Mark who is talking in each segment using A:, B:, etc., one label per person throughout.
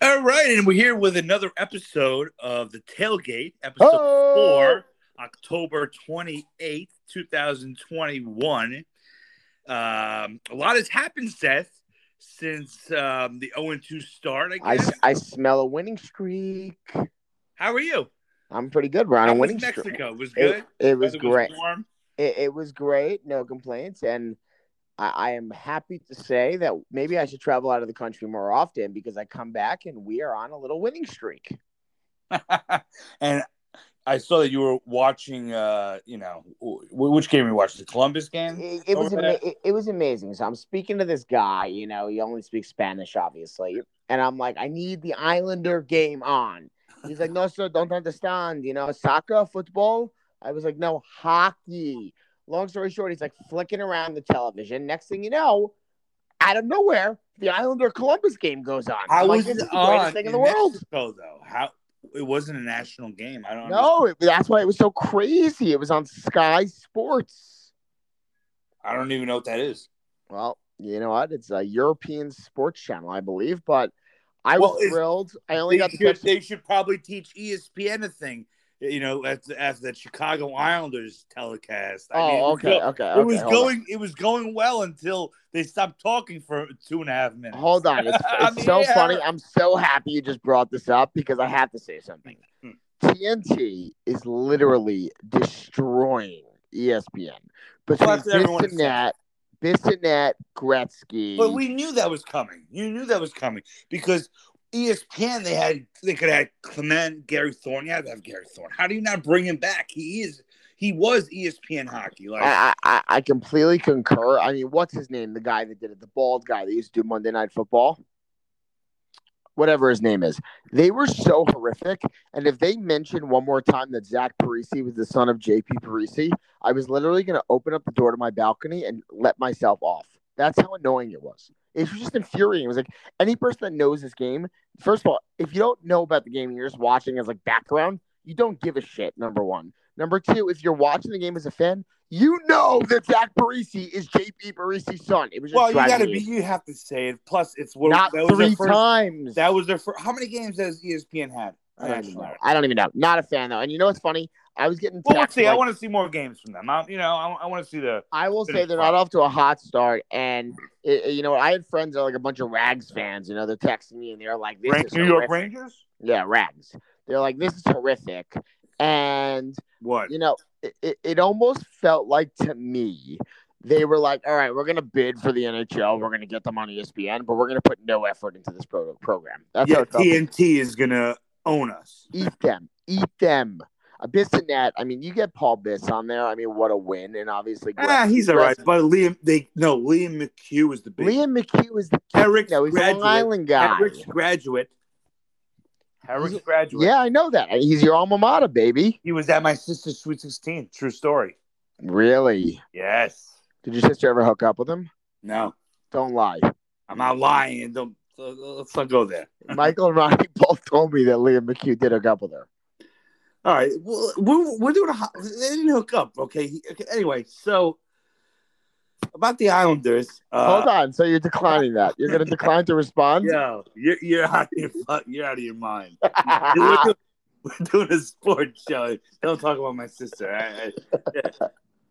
A: All right, and we're here with another episode of the Tailgate, episode
B: Oh!
A: four, October twenty eighth, two thousand twenty one. Um, a lot has happened, Seth, since um, the zero two start. I
B: I,
A: guess.
B: s- I smell a winning streak.
A: How are you?
B: I'm pretty good. We're on
A: How
B: a
A: was
B: winning streak.
A: Mexico was good.
B: It, it was
A: Weather
B: great.
A: warm.
B: It, it was great. No complaints. And I, I am happy to say that maybe I should travel out of the country more often because I come back and we are on a little winning streak.
A: and I saw that you were watching. Uh, you know, wh- which game were you watching? The Columbus game.
B: It, it was
A: Over
B: ama- it, it was amazing. So I'm speaking to this guy. You know, he only speaks Spanish, obviously. And I'm like, I need the Islander game on. He's like, No, sir, don't understand. You know, soccer, football. I was like, No, hockey. Long story short, he's like flicking around the television. Next thing you know, out of nowhere, the Islander Columbus game goes on.
A: I
B: I'm like,
A: was
B: this is the
A: on
B: greatest thing in the world.
A: Mexico, though. How it wasn't a national game. I don't know.
B: No, it, that's why it was so crazy. It was on Sky Sports.
A: I don't even know what that is.
B: Well, you know what? It's a European sports channel, I believe, but I
A: Well,
B: was
A: it's-
B: thrilled. I only
A: They
B: got to
A: should,
B: catch
A: they should probably teach E ESPN a thing. You know, as as the Chicago Islanders telecast. I mean, it
B: Oh,
A: was
B: okay,
A: go-
B: okay,
A: It was
B: okay, hold
A: going. It was going well until they stopped talking for two and a half minutes.
B: On. Hold on. It's,
A: I
B: it's
A: mean,
B: so
A: yeah.
B: funny. I'm so happy you just brought this up because I have to say something.
A: Hmm.
B: TNT is literally destroying E ESPN. Between
A: that's what everyone is saying.
B: Bissonnette, Bissonnette, Gretzky.
A: But we knew that was coming. You knew that was coming because E ESPN they had they could have had Clement, Gary Thorne. You had to have Gary Thorne. How do you not bring him back? He is he was E ESPN hockey. Like
B: I, I, I- I completely concur. I mean, what's his name? The guy that did it, the bald guy that used to do Monday Night Football, whatever his name is. They were so horrific. And if they mentioned one more time that Zach Parisi was the son of JP Parisi, I was literally going to open up the door to my balcony and let myself off. That's how annoying it was. It was just infuriating. It was like any person that knows this game, first of all, if you don't know about the game and you're just watching as like background, you don't give a shit, number one. Number two, if you're watching the game as a fan, you know that Zach Parisi is JP Parisi's son. It was just
A: well, you got to
B: driving
A: be.
B: me
A: You have to say it. Plus, it's what
B: not
A: that was
B: three
A: their first,
B: times.
A: That was their first. How many games has E ESPN had?
B: I don't, even know. I don't even know. Not a fan though. And you know what's funny? I was getting
A: Well, we'll
B: texts.
A: see. I
B: like,
A: want to see more games from them. I, you know, I, I want to see the.
B: I will
A: finish
B: say they're
A: strong.
B: not off to a hot start. And it, it- you know, I had friends that are like a bunch of Rags fans. You know, they're texting me and they're like, "This
A: Rank
B: is
A: New York
B: horrific.
A: Rangers.
B: Yeah, Rags. They're like, "This is horrific." And
A: What?
B: you know, it, it, it almost felt like to me, they were like, all right, we're going to bid for the NHL. We're going to get them on E ESPN, but we're going to put no effort into this pro- program. That's how
A: yeah,
B: it felt.
A: TNT is gonna own us.
B: Eat them. Eat them. A Bissonette. I mean, you get Paul Biss on there. I mean, what a win. And obviously,
A: Ah,
B: Gretz-
A: he's all right. But Liam, they no Liam McHugh is the big.
B: Liam McHugh is the
A: Eric's
B: no, he's a
A: graduate.
B: Long Island guy.
A: Herrick's graduate. Herrick's graduate.
B: Yeah, I know that. He's your alma mater, baby.
A: He was at my sister's Sweet 16. True story.
B: Really?
A: Yes.
B: Did your sister ever hook up with him?
A: No.
B: Don't lie.
A: I'm not lying. Don't uh, let's not go there.
B: Michael and Ronnie both told me that Liam McHugh did hook up with her.
A: All right. Well, we're, we're doing a hot. They didn't hook up. Okay. He- okay. Anyway, so about the Islanders.
B: Hold
A: Uh,
B: on. So you're declining that. You're going to decline to respond?
A: yo, you're, you're out of your fu- you're out of your mind. we're, doing, we're doing a sports show. Don't talk about my sister. I, I, yeah.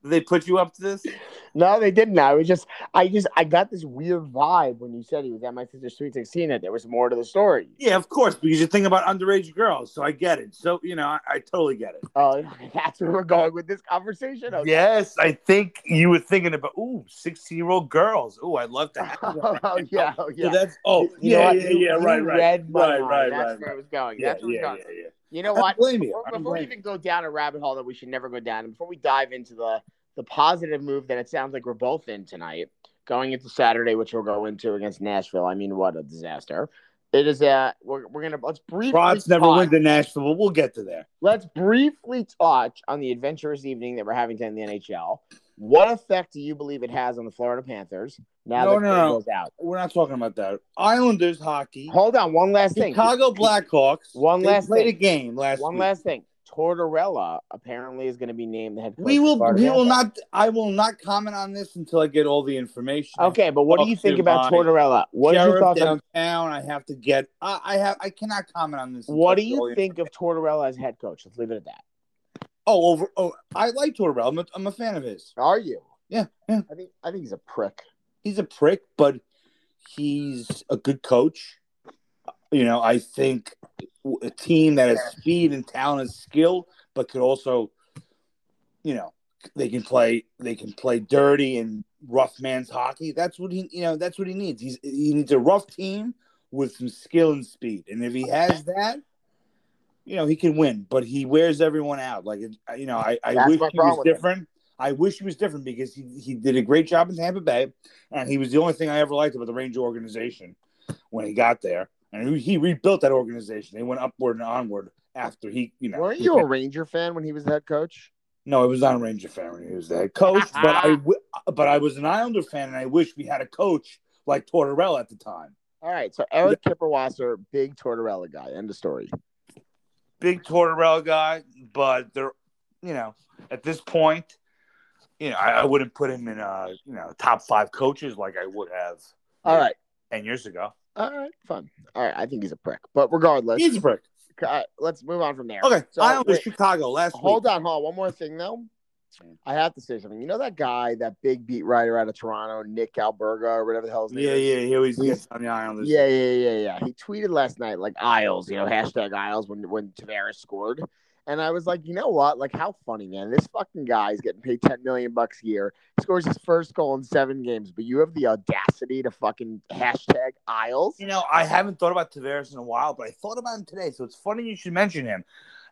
A: They put you up to this?
B: no, they didn't. I was just, I just, I got this weird vibe when you said he was at my sister's sweet sixteen. That there was more to the story.
A: Yeah, of course, because you're thinking about underage girls. So I get it. So, you know, I, I totally get it.
B: Oh, that's where we're going with this conversation. Okay.
A: Yes, I think you were thinking about, ooh, 16 year old girls. Ooh, I'd love to have one.
B: oh yeah, oh,
A: So
B: yeah.
A: that's, oh,
B: You know
A: yeah,
B: what?
A: yeah,
B: You-
A: yeah,
B: you
A: right, right.
B: read my
A: right,
B: mind.
A: right,
B: That's
A: right,
B: where I
A: right.
B: was going.
A: Yeah,
B: That's where I
A: yeah,
B: was going.
A: yeah,
B: You know
A: yeah. I
B: what?
A: don't blame you.
B: Before,
A: I don't
B: before we
A: blame you.
B: even go down a rabbit hole that we should never go down, and before we dive into the the positive move that it sounds like we're both in tonight, going into Saturday, which we'll go into against Nashville. I mean, what a disaster! It is a we're, we're gonna let's briefly
A: Bronx never
B: touch,
A: went to Nashville, but we'll get to there.
B: let's briefly touch on the adventurous evening that we're having today in the NHL. What effect do you believe it has on the Florida Panthers now
A: No,
B: that
A: no, no.
B: it goes out?
A: We're not talking about that. Islanders hockey.
B: Hold on, one last thing.
A: Chicago Blackhawks.
B: One
A: they
B: last
A: played
B: thing.
A: a game last
B: One
A: week.
B: last thing. Tortorella apparently is going to be named the head coach.
A: We
B: of
A: will.
B: Florida
A: We will
B: Panthers.
A: not. I will not comment on this until I get all the information.
B: Okay, but what do you
A: Talk
B: think
A: to
B: about
A: my
B: Tortorella? What are your
A: Sheriff
B: thoughts on?
A: downtown. I have to get. I, I have. I cannot comment on this. until
B: What do
A: I get all
B: you
A: the-
B: think of Tortorella as head coach? Let's leave it at that.
A: Oh, over. Oh, I like Tortorella. I'm a, I'm a fan of his.
B: Are you?
A: Yeah, yeah.
B: I think I think he's a prick.
A: He's a prick, but he's a good coach. You know, I think a team that has speed and talent and skill, but could also, you know, they can play. They can play dirty and rough man's hockey. That's what he. You know, that's what he needs. He's he needs a rough team with some skill and speed. And if he has that. You know he can win, but he wears everyone out. Like you know, I, I
B: That's
A: wish
B: my
A: he was
B: problem with him.
A: different. I wish he was different because he, he did a great job in Tampa Bay, and he was the only thing I ever liked about the Ranger organization when he got there. And he, he rebuilt that organization. They went upward and onward after he, you know.
B: Weren't
A: he-
B: you a Ranger fan when he was the head coach?
A: No, I was not a Ranger fan when he was the head coach, but I w- but I was an Islander fan, and I wish we had a coach like Tortorella at the time.
B: All right, so Eric Kipperwasser, big Tortorella guy. End of story.
A: Big Tortorella guy, but they're, you know, at this point, you know, I, I wouldn't put him in, uh, you know, top five coaches like I would have
B: All right,
A: ten years ago.
B: all right, fun. All right, I think he's a prick, but regardless,
A: He's a prick.
B: uh, let's move on from there.
A: Okay,
B: So,
A: Islanders
B: wait.
A: Chicago last
B: Hold
A: week.
B: on, hold on. One more thing though. I have to say something. You know that guy, that big beat writer out of Toronto, Nick Alberga, or whatever the hell his name
A: Yeah,
B: is.
A: yeah, he always
B: He's-
A: gets on the Islanders.
B: Yeah, yeah, yeah, yeah. He tweeted last night like Isles, you know, hashtag Isles when when Tavares scored. And I was like, you know what? Like, how funny, man. This fucking guy is getting paid ten million bucks a year, scores his first goal in seven games, but you have the audacity to fucking hashtag Isles.
A: You know, I haven't thought about Tavares in a while, but I thought about him today, so it's funny you should mention him.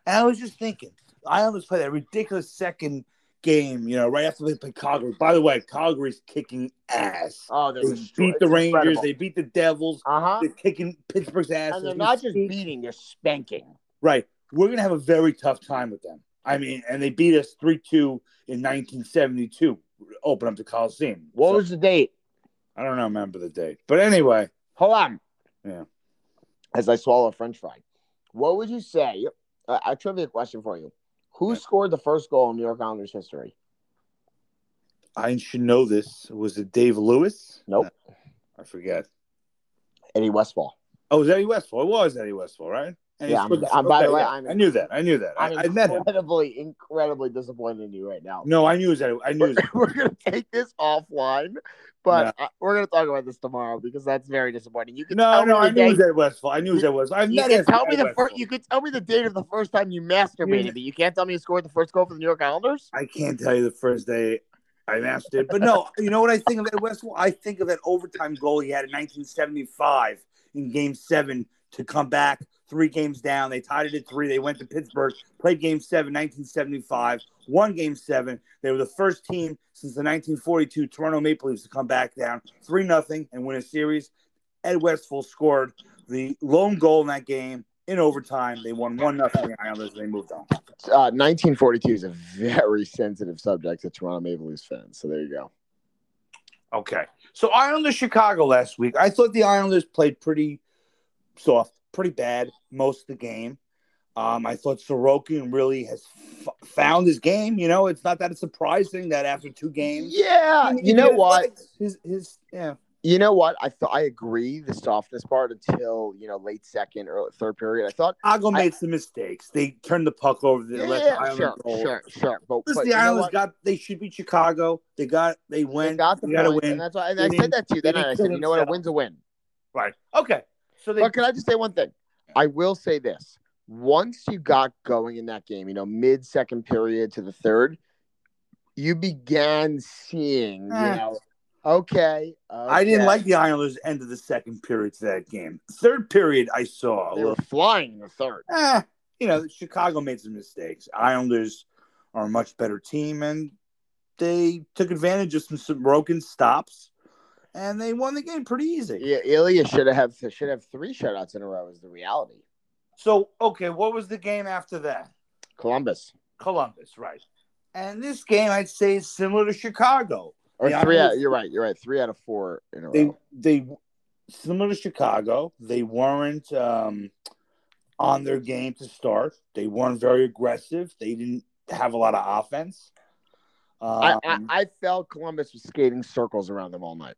A: And I was just thinking, the Islanders play that ridiculous second game, you know, right after they play Calgary. By the way, Calgary's kicking ass.
B: Oh, they're
A: They beat the Rangers, they beat the Devils,
B: uh huh.
A: they're kicking Pittsburgh's ass.
B: And they're
A: as we
B: not just
A: speak.
B: beating, they're spanking.
A: Right. We're going to have a very tough time with them. I mean, and they beat us 3 2 in 1972, open up the Coliseum.
B: What
A: So,
B: was the date?
A: I don't know, remember the date. But anyway,
B: Hold on.
A: Yeah.
B: As I swallow a French fry, what would you say? Uh, a trivia question for you: Who
A: Yeah.
B: scored the first goal in New York Islanders history?
A: I should know this. Was it Dave Lewis?
B: Nope.
A: No, I forget.
B: Eddie Westfall.
A: Oh, it was Eddie Westfall. It was Eddie Westfall, right? he
B: Yeah, I'm-
A: scored that-
B: I'm- by the
A: okay,
B: way,
A: yeah.
B: I'm-
A: I knew that. I knew that. I,
B: I'm
A: I met him.
B: incredibly, incredibly disappointed in you right now.
A: No, I knew it was Eddie. I knew
B: We're,
A: it was
B: we're gonna take this offline, but uh, we're gonna talk about this tomorrow because that's very disappointing. You can
A: No,
B: tell
A: no,
B: me
A: I
B: the
A: knew it was
B: date-
A: Eddie Westfall. I knew it was Eddie Westfall. I've
B: You
A: met
B: can
A: him.
B: tell me
A: Eddie
B: the first.
A: Westfall.
B: You can tell me the date of the first time you masturbated,
A: Yeah.
B: but you can't tell me you scored the first goal for the New York Islanders.
A: I can't tell you the first day I mastered it. But no, you know what I think of Ed Westfall? I think of that overtime goal he had in 1975 in game seven to come back three games down. They tied it at three. They went to Pittsburgh, played game seven, 1975, won game seven. They were the first team since the 1942 Toronto Maple Leafs to come back down 3 nothing and win a series. Ed Westfall scored the lone goal in that game in overtime. They won 1 nothing Islanders. They moved on.
B: Uh, 1942 is a very sensitive subject to Toronto Maple Leafs fans. So there you go.
A: Okay. So Islanders Chicago last week. I thought the Islanders played pretty soft, pretty bad most of the game. Um, I thought Sorokin really has f- found his game. You know, it's not that it's surprising that after two games,
B: Yeah, you know what?
A: His his yeah.
B: You know what? I thought I agree the softness part until you know late second or third period. I thought
A: Ago
B: I-
A: made some mistakes. They turned the puck over. They let the
B: yeah,
A: Islanders
B: sure,
A: go.
B: sure, sure. But,
A: Listen,
B: but
A: the
B: you know
A: Islanders
B: what?
A: got. They should beat Chicago. They got. They
B: They
A: went.
B: got the
A: they got to
B: points, and
A: win.
B: that's why. And
A: They
B: I said
A: didn't-
B: that to you.
A: they
B: Then I
A: didn't
B: said,
A: kill
B: you know what? A
A: themselves.
B: win's a win.
A: Right. Okay. So they.
B: But can I just say one thing? I will say this: once you got going in that game, you know, mid second period to the third, you began seeing, you
A: Eh.
B: know, okay,
A: I didn't
B: okay.
A: like the Islanders' end of the second period to that game. Third period, I saw a
B: They were
A: little.
B: flying in the third.
A: Eh, you know, Chicago made some mistakes. Islanders are a much better team, and they took advantage of some, some broken stops, and they won the game pretty easy.
B: Yeah, Ilya should have should have three shutouts in a row. Is the reality?
A: So, okay, what was the game after that?
B: Columbus
A: Columbus, right? And this game, I'd say, is similar to Chicago.
B: or
A: Yeah,
B: three
A: I mean-
B: out. You're right. You're right. Three out of four in a
A: They
B: row.
A: they similar to Chicago. They weren't. Um, on their game to start. They weren't very aggressive. They didn't have a lot of offense.
B: I,
A: Um,
B: I, I felt Columbus was skating circles around them all night.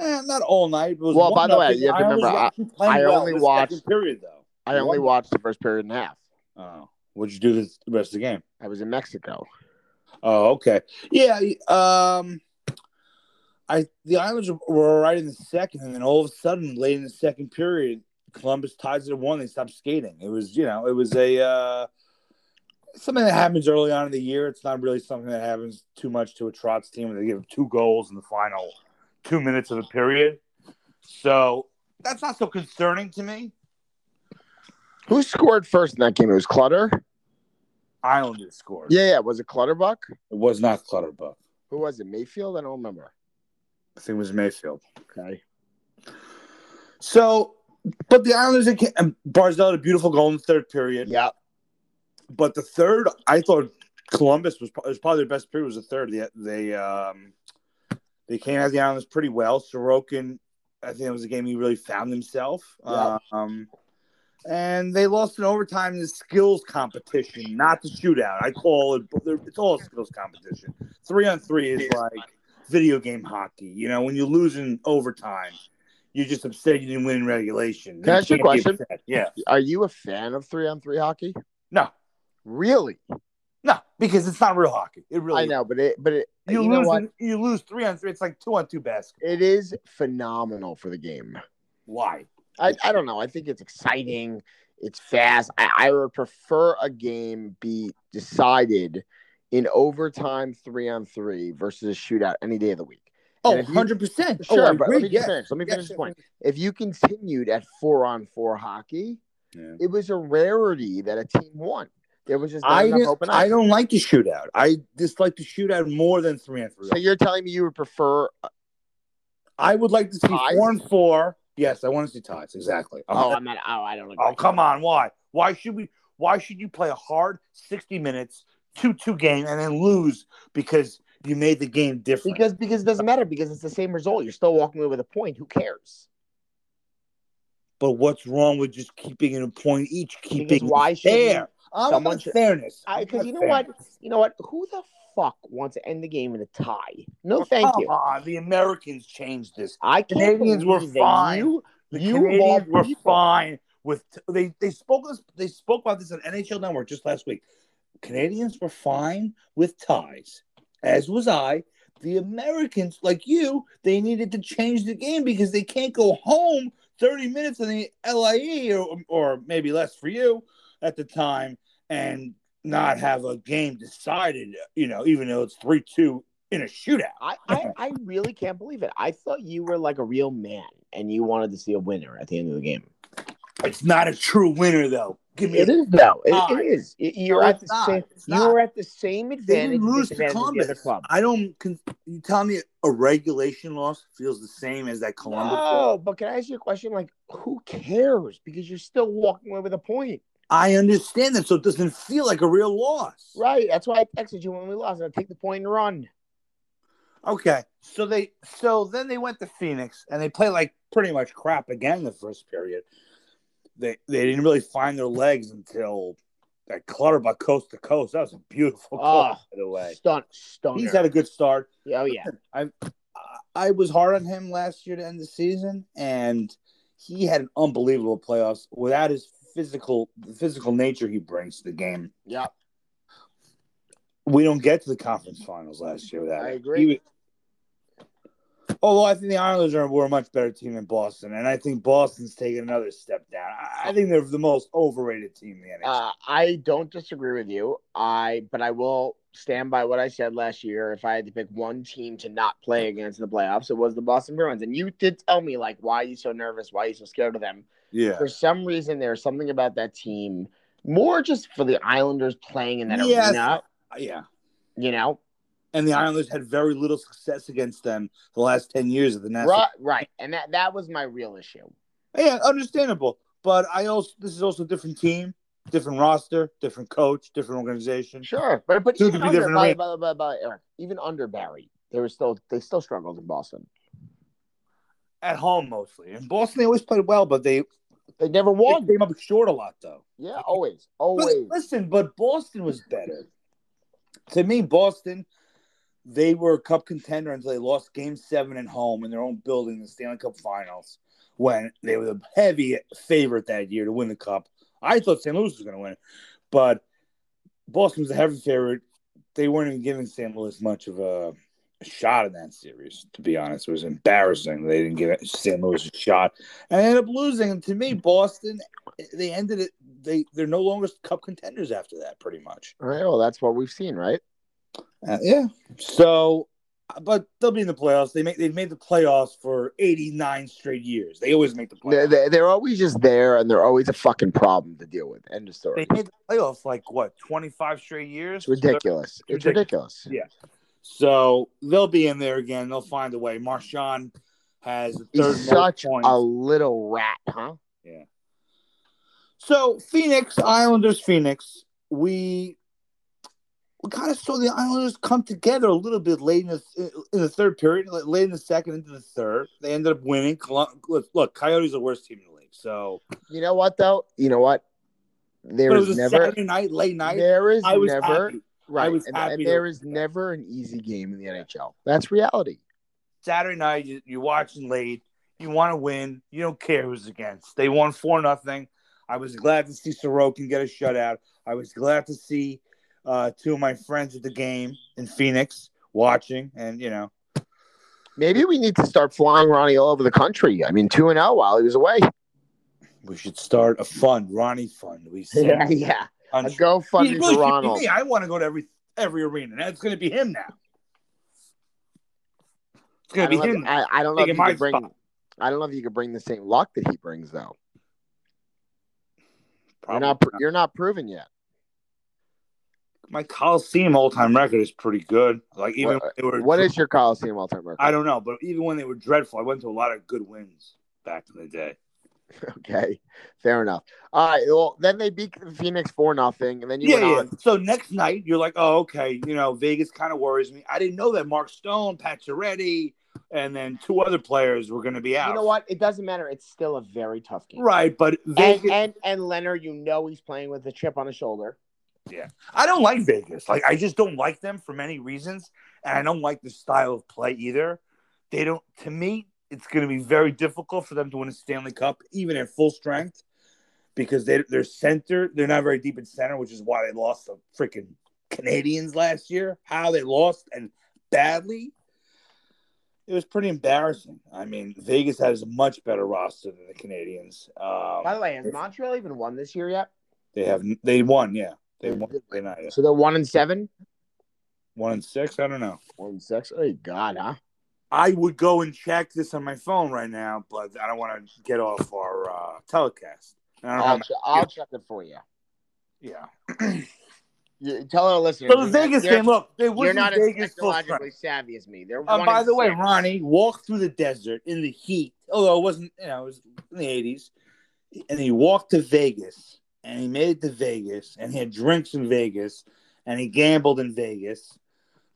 A: eh, not all night. It was
B: Well, by the way,
A: 1-0.
B: you have to
A: Ireland was
B: remember, I-
A: actually playing
B: I
A: well in
B: only
A: the second
B: watched-
A: period though.
B: I only
A: Wonderful.
B: watched the first period and a half.
A: Oh, what'd you do this, the rest of the game?
B: I was in Mexico.
A: Oh, okay. Yeah. Um, I the Islanders were all right in the second, and then all of a sudden, late in the second period, Columbus ties it at one. They stopped skating. It was, you know, it was a uh, something that happens early on in the year. It's not really something that happens too much to a Trots team. They give up two goals in the final two minutes of the period, so that's not so concerning to me.
B: Who scored first in that game? It was Clutter.
A: Islanders scored.
B: Yeah, yeah. Was it Clutterbuck?
A: It was not Clutterbuck.
B: Who was it? Mayfield? I don't remember.
A: I think it was Mayfield.
B: Okay.
A: So, but the Islanders and Barzell had a beautiful goal in the third period.
B: Yeah.
A: But the third, I thought Columbus was, was probably their best period. Was the third. They they um, they came at the Islanders pretty well. Sorokin, I think it was a game he really found himself.
B: Yeah.
A: Um, and they lost in overtime in the skills competition, not the shootout. I call it. It's all a skills competition. Three on three is like video game hockey. You know, when you lose in overtime, you're just upset you didn't win in regulation.
B: Can I ask you a
A: can't be
B: question?
A: upset. Yeah.
B: Are you a fan of three on three hockey?
A: No.
B: Really?
A: No, because it's not real hockey. It really.
B: I know, but it but it
A: You,
B: you, know
A: lose.
B: what?
A: in- you lose three on three. It's like two on two basketball.
B: It is phenomenal for the game.
A: Why?
B: I, I don't know. I think it's exciting. It's fast. I, I would prefer a game be decided in overtime three on three versus a shootout any day of the week.
A: Oh,
B: if you-
A: 100 percent.
B: Sure,
A: oh, I
B: but
A: agree.
B: let me
A: yes.
B: finish. Let me
A: Yes,
B: finish this
A: yes,
B: point. If you continued at four on four hockey,
A: Yeah.
B: it was a rarity that a team won. There was just not
A: I
B: enough
A: don't,
B: open
A: I
B: ice.
A: don't like the shootout. I dislike the shootout more than three on three.
B: So you're telling me you would
A: Oh,
B: prefer?
A: I would like to see
B: Ties?
A: four and four. Yes, I want to see ties. Exactly.
B: Oh, I'm not. Oh, I don't agree.
A: Oh, come on. Why? Why should we? Why should you play a hard 60 minutes, 2 2 game, and then lose because you made the game different?
B: Because because it doesn't matter because it's the same result. You're still walking away with a point. Who cares?
A: but what's wrong with just keeping it a point each? Keeping
B: Because why
A: it
B: should you-
A: fair. I'm
B: someone
A: about
B: should-
A: fairness. I'm
B: Because
A: about
B: you know what,
A: fairness.
B: you know what? Who the fuck wants to end the game in a tie? No, Oh, thank
A: Come
B: you.
A: on, the Americans changed this.
B: I can't
A: Canadians were
B: believe that
A: fine.
B: You,
A: The
B: you of all
A: Canadians were
B: people-
A: fine with they they spoke this they spoke about this on NHL Network just last week. Canadians were fine with ties, as was I. The Americans, like you, they needed to change the game because they can't go home 30 minutes in the LIE or, or maybe less for you at the time and not have a game decided, you know, even though it's 3 2 in a shootout.
B: I, I, I really can't believe it. I thought you were like a real man and you wanted to see a winner at the end of the game.
A: It's not a true winner, though. Give me a
B: It is though. It,
A: Tie.
B: it is. It- You're
A: No,
B: at
A: it's
B: the
A: not.
B: same.
A: It's
B: You
A: not.
B: were at the same
A: They
B: advantage.
A: didn't
B: and
A: lose to
B: disadvantage of the other
A: Columbus.
B: club.
A: I don't. Con- you tell me a regulation loss feels the same as that Columbus. loss?
B: No, but can I ask you a question? Like, who cares? Because you're still walking away with a point,
A: I understand that, so it doesn't feel like a real loss.
B: right? That's why I texted you when we lost. I take the point and run.
A: Okay. So they. So then they went to Phoenix and they played like pretty much crap again in the first period. They they didn't really find their legs until that clutter by coast to coast. That was a beautiful goal,
B: Oh,
A: by the way.
B: Stunt, stunt.
A: He's had a good start.
B: Oh yeah.
A: I was hard on him last year to end the season, and he had an unbelievable playoffs without his physical the physical nature he brings to the game.
B: Yeah.
A: We don't get to the conference finals last year without
B: I
A: him.
B: agree.
A: He was- although I think the Islanders are were a much better team than Boston, and I think Boston's taken another step down. I, I think they're the most overrated team in the NHL.
B: Uh, I don't disagree with you. I but I will stand by what I said last year. If I had to pick one team to not play against in the playoffs, it was the Boston Bruins. And you did tell me like, why are you so nervous? Why are you so scared of them?
A: yeah.
B: For some reason, there's something about that team more just for the Islanders playing in that
A: Yes.
B: arena.
A: Yeah.
B: You know,
A: And the Islanders had very little success against them the last 10 years of the National
B: right, right. And that that was my real issue.
A: Yeah, understandable. But I also this is also a different team, different roster, different coach, different organization.
B: Sure, but but
A: Two could
B: even
A: be
B: under,
A: different
B: by,
A: arena.
B: by, by, by, Eric, even under Barry, they were still they still struggled in Boston.
A: At home mostly. In Boston they always played well, but they
B: They never
A: They
B: won.
A: came up short a lot though.
B: Yeah, always,
A: But
B: always.
A: listen, but Boston was better. To me, Boston, they were a cup contender until they lost game seven at home in their own building in the Stanley Cup finals when they were the heavy favorite that year to win the cup. I thought St. Louis was going to win it, but Boston was the heavy favorite. They weren't even giving St. Louis much of a shot in that series, to be honest. It was embarrassing. They didn't give St. Louis a shot. And they ended up losing. And to me, Boston, they ended it. They they're no longer cup contenders after that, pretty much.
B: All right, well, that's what we've seen, right?
A: Uh, yeah. So, but they'll be in the playoffs. They make they've made the playoffs for eighty nine straight years. They always make the
B: They're,
A: playoffs.
B: they're always just there, and they're always a fucking problem to deal with. End of
A: They
B: story.
A: made the playoffs like what twenty five straight years.
B: It's ridiculous. It's ridiculous.
A: So they'll be in there again. They'll find a way. Marshawn has the third
B: He's
A: most
B: such
A: points.
B: a little rat, huh?
A: So Phoenix Islanders, Phoenix, we we kind of saw the Islanders come together a little bit late in the in the third period, like, late in the second into the third. They ended up winning. Col- Look, look, Coyotes are the worst team in the league. So
B: You know what though? You know what? There
A: but it was
B: is
A: a
B: never,
A: Saturday night, late night.
B: there is
A: I was
B: never,
A: happy.
B: right?
A: was
B: and, and
A: happy to-
B: there is never an easy game in the NHL. That's reality.
A: Saturday night, you, you're watching late. You want to win. You don't care who's against. They won four nothing. I was glad to see Sorokin get a shutout. I was glad to see uh, two of my friends at the game in Phoenix watching, and you know,
B: Maybe we need to start flying Ronnie all over the country. I mean, two and zero while he was away.
A: we should start a fund, Ronnie Fund. We
B: Yeah, yeah. A
A: He's
B: GoFundMe
A: really
B: for
A: shooting
B: Ronald.
A: me. I want to go to every every arena. That's going to be him now. It's
B: I
A: going to be
B: don't know
A: him.
B: if- I I don't know if
A: Taking
B: you
A: my
B: can bring.
A: spot.
B: I don't know if you could bring the same luck that he brings though.
A: Probably
B: You're not. pr- You're not proven yet.
A: My Coliseum all time record is pretty good. Like even
B: What-
A: when they were
B: What is your Coliseum all-time record?
A: I don't know, but even when they were dreadful, I went to a lot of good wins back in the day.
B: Okay, fair enough. All right. Well, then they beat Phoenix four nothing, and then you
A: yeah,
B: went
A: yeah. um,
B: on.
A: So next night, you're like, oh, okay, you know, Vegas kind of worries me. I didn't know that Mark Stone, Pacioretty, and then two other players were going to be out.
B: You know what? It doesn't matter. It's still a very tough game.
A: Right, but Vegas.
B: And, and and Leonard, you know he's playing with a chip on his shoulder.
A: I don't like Vegas. Like I just don't like them for many reasons, and I don't like the style of play either. They don't. To me, it's going to be very difficult for them to win a Stanley Cup, even at full strength, because they their center they're not very deep in center, which is why they lost the freaking Canadians last year. How they lost and badly. It was pretty embarrassing. I mean, Vegas has a much better roster than the Canadians. Um,
B: By the way, has Montreal even won this year yet?
A: they have they won, yeah, they won. They not
B: So they're one and seven.
A: one and six. I don't know.
B: One and six. Oh God, huh?
A: I would go and check this on my phone right now, but I don't want to get off our uh, telecast. And I don't
B: I'll,
A: have
B: che- I'll check it for you.
A: my- yeah.
B: you tell our listeners.
A: So the Vegas
B: you're,
A: game, look, they
B: You're
A: was
B: not as
A: Vegas full
B: technologically
A: strength.
B: savvy as me. They're
A: Uh,
B: one
A: by
B: and
A: the way,
B: six.
A: Ronnie walked through the desert in the heat, although it wasn't, you know, it was in the eighties, and he walked to Vegas, and he made it to Vegas, and he had drinks in Vegas, and he gambled in Vegas,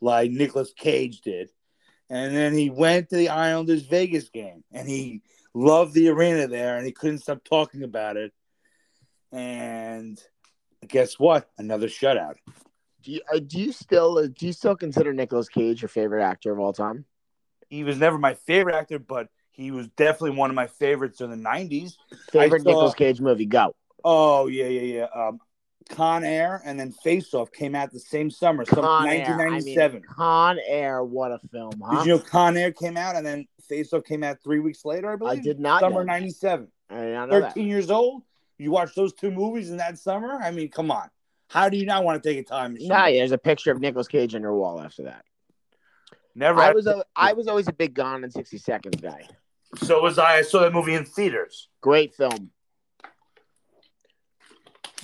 A: like Nicolas Cage did, and then he went to the Islanders Vegas game, and he loved the arena there, and he couldn't stop talking about it, and guess what? Another shutout.
B: Do you, uh, do you still uh, do you still consider Nicolas Cage your favorite actor of all time?
A: he was never my favorite actor, but he was definitely one of my favorites in the '90s.
B: Favorite
A: saw-
B: Nicolas Cage movie? Go.
A: Oh yeah, yeah, yeah. Um, Con Air and then Face Off came out the same summer, so
B: Con Air, I mean,
A: 1997.
B: Con Air. What a film, huh?
A: Did you know Con Air came out and then Face Off came out three weeks later? I
B: I
A: believe.
B: did not.
A: Summer
B: know. that.
A: '97.
B: I did not know that.
A: 13 years old. You watch those two movies in that summer. I mean, come on. How do you not want to take a time machine?
B: No, yeah, there's a picture of Nicolas Cage on your wall after that.
A: Never.
B: I
A: had-
B: was a, I was always a big Gone in 60 Seconds guy.
A: so was I. I saw that movie in theaters.
B: Great film.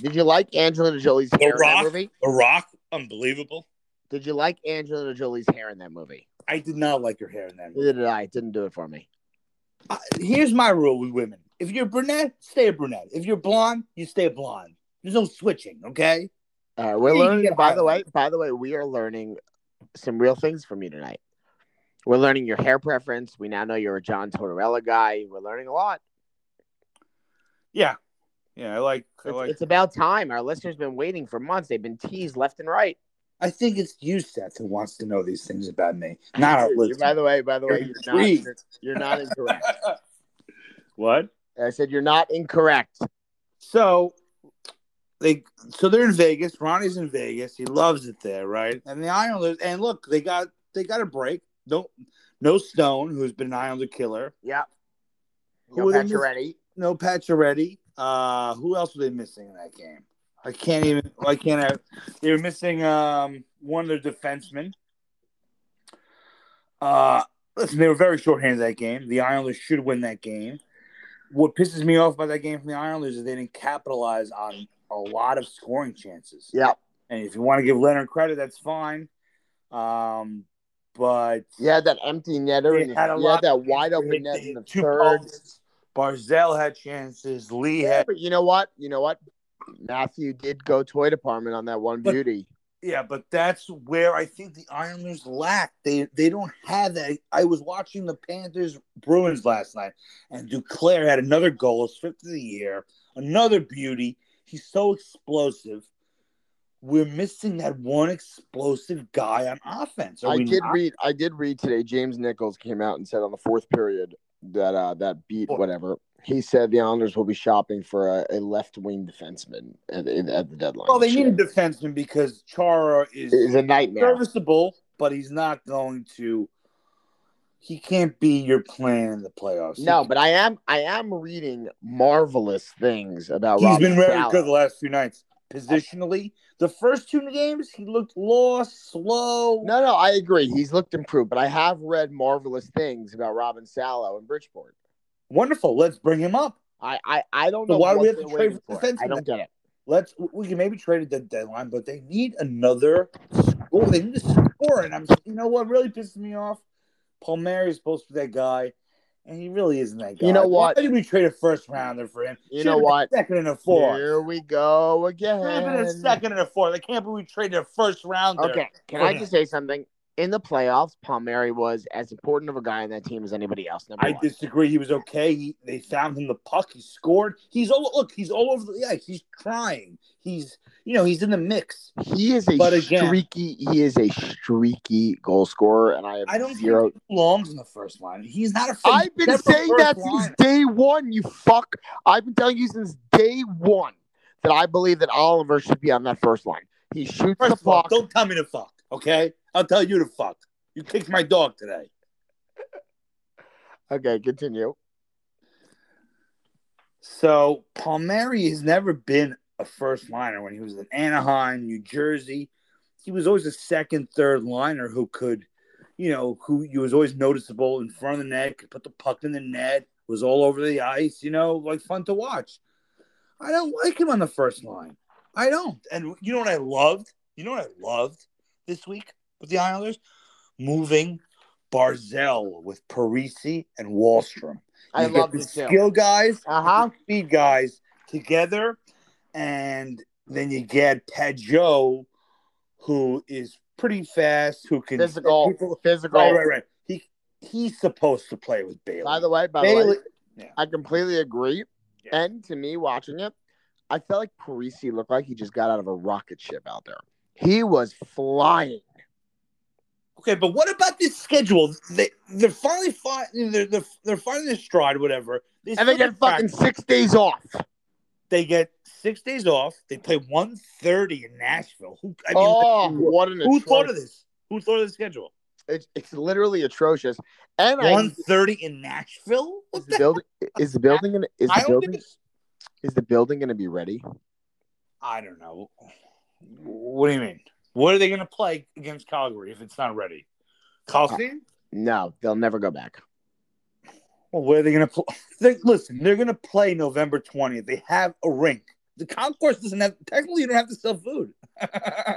B: Did you like Angelina Jolie's hair in that
A: Rock?
B: movie?
A: The Rock, unbelievable.
B: Did you like Angelina Jolie's hair in that movie?
A: I did not like her hair in that movie.
B: Neither did I. It didn't do it for me.
A: Uh, here's my rule with women: if you're brunette, stay a brunette. If you're blonde, you stay blonde. There's no switching, okay?
B: All right, we're
A: Yeah, you can
B: learning.
A: get
B: By the way,
A: highlight.
B: by the way, we are learning some real things from you tonight. We're learning your hair preference. We now know you're a John Tortorella guy. We're learning a lot.
A: Yeah, yeah. I like. I
B: It's,
A: like.
B: it's about time. Our listeners been waiting for months. They've been teased left and right.
A: I think it's you, Seth, who wants to know these things about me, not our
B: You're- by
A: listeners.
B: the way, by the way,
A: You're
B: you're not,
A: intrigued.
B: you're, you're not incorrect.
A: what?
B: I said you're not incorrect.
A: So they so they're in Vegas. Ronnie's in Vegas. He loves it there, right? And the Islanders and look, they got they got a break. No no Stone, who's been an Islander killer.
B: Yep.
A: Who
B: No
A: were they
B: Pacioretty.
A: miss- No Pacioretty. Uh who else were they missing in that game? I can't even I can't have they were missing um one of their defensemen. Uh listen, they were very shorthanded that game. The Islanders should win that game. What pisses me off about that game from the Islanders is they didn't capitalize on a lot of scoring chances.
B: Yep.
A: And if you want to give Leonard credit, that's fine. Um, but
B: You had that empty netter.
A: They
B: And you
A: had
B: had,
A: a lot-
B: that wide
A: They-
B: open net
A: they-
B: in the
A: two
B: third.
A: posts. Barzell had chances. Lee
B: Yeah,
A: had
B: but you know what? You know what? Matthew did go toy department on that one
A: But-
B: beauty.
A: yeah, but that's where I think the Islanders lack. They they don't have that. I was watching the Panthers Bruins last night, and Duclair had another goal, his fifth of the year, another beauty. He's so explosive. We're missing that one explosive guy on offense. Are
B: I
A: we
B: did
A: not?
B: read. I did read today. James Nichols came out and said on the fourth period that uh, that beat
A: Fourth.
B: whatever. He said the Islanders will be shopping for a, a left wing defenseman at, in- at the deadline.
A: Well, they
B: this
A: need
B: year.
A: a defenseman because Chara is
B: It's a nightmare.
A: serviceable, but he's not going to. He can't be your plan in the playoffs.
B: No, but I am. I am reading marvelous things about.
A: he's
B: Robin
A: been very
B: Sala.
A: good the last few nights. Positionally, the first two games he looked lost, slow.
B: No, no, I agree. He's looked improved, but I have read marvelous things about Robin Salo in Bridgeport.
A: Wonderful. Let's bring him up.
B: I, I, I don't
A: So
B: know
A: why do we
B: what
A: have to
B: they're
A: trade
B: waiting
A: for
B: for. I
A: defensemen?
B: don't get it.
A: Let's. We can maybe trade at the deadline, but they need another score. They need a score, and I'm. You know what really pisses me off? Palmieri is supposed to be that guy, and he really isn't that guy.
B: You know what?
A: Why did we trade a first rounder for him?
B: You
A: Should've
B: know
A: been a
B: what?
A: Second and a fourth.
B: Here we go
A: Should have been a
B: again.
A: second and a fourth. I can't believe we traded a first rounder.
B: Okay, can
A: for
B: I
A: him.
B: just say something? In the playoffs, Palmieri was as important of a guy on that team as anybody else. Number
A: I
B: one.
A: disagree. He was okay. He, they found him the puck. He scored. He's all look. He's all over the ice. He's trying. He's you know he's in the mix.
B: He is a
A: But again-
B: streaky. He is a streaky goal scorer, and I have
A: I don't think
B: zero.
A: he belongs in the first line. He's not a. first-
B: I've been
A: never
B: saying
A: first
B: that
A: line.
B: since day one. You fuck. I've been telling you since day one that I believe that Oliver should be on that first line. He shoots
A: First
B: the
A: of all,
B: puck.
A: don't tell me to fuck. Okay, I'll tell you to fuck. You kicked my dog today.
B: Okay, continue.
A: So Palmieri has never been a first liner. When he was in Anaheim, New Jersey, he was always a second, third liner who could, you know, who he was always noticeable in front of the net, could put the puck in the net, was all over the ice, you know, like fun to watch. I don't like him on the first line. I don't. And you know what I loved? You know what I loved this week with the Islanders? Moving Barzell with Parisi and Wallstrom.
B: I
A: You get
B: love
A: the
B: this too.
A: skill guys
B: Uh huh.
A: speed guys together, and then you get Pajot, who is pretty fast, who can
B: Physical.
A: People,
B: Physical.
A: right, right, right. He he's supposed to play with Bailey.
B: By the way, by the way,
A: Bailey,
B: I completely agree.
A: Yeah.
B: And to me, watching it, I felt like Parisi looked like he just got out of a rocket ship out there. He was flying.
A: okay, but what about this schedule? They they're finally finding they're they're, they're finding their stride, whatever. They
B: And they
A: still
B: get fucking
A: practice.
B: six days off.
A: they get six days off. They play one thirty in Nashville. Who I mean,
B: Oh,
A: who,
B: what an
A: who thought
B: atrocious-
A: of this? Who thought of the schedule?
B: It's, it's literally atrocious. And I
A: One thirty in Nashville.
B: is
A: What
B: the
A: the
B: building is the building gonna is
A: I don't
B: the
A: think
B: building
A: it's.
B: is the building gonna be ready?
A: I don't know. What do you mean? What are they going to play against Calgary if it's not ready? Uh, Coliseum?
B: No, they'll never go back.
A: Well, where are they going to play? They, listen, they're going to play November 20th. They have a rink. The concourse doesn't have, technically, you don't have to sell food.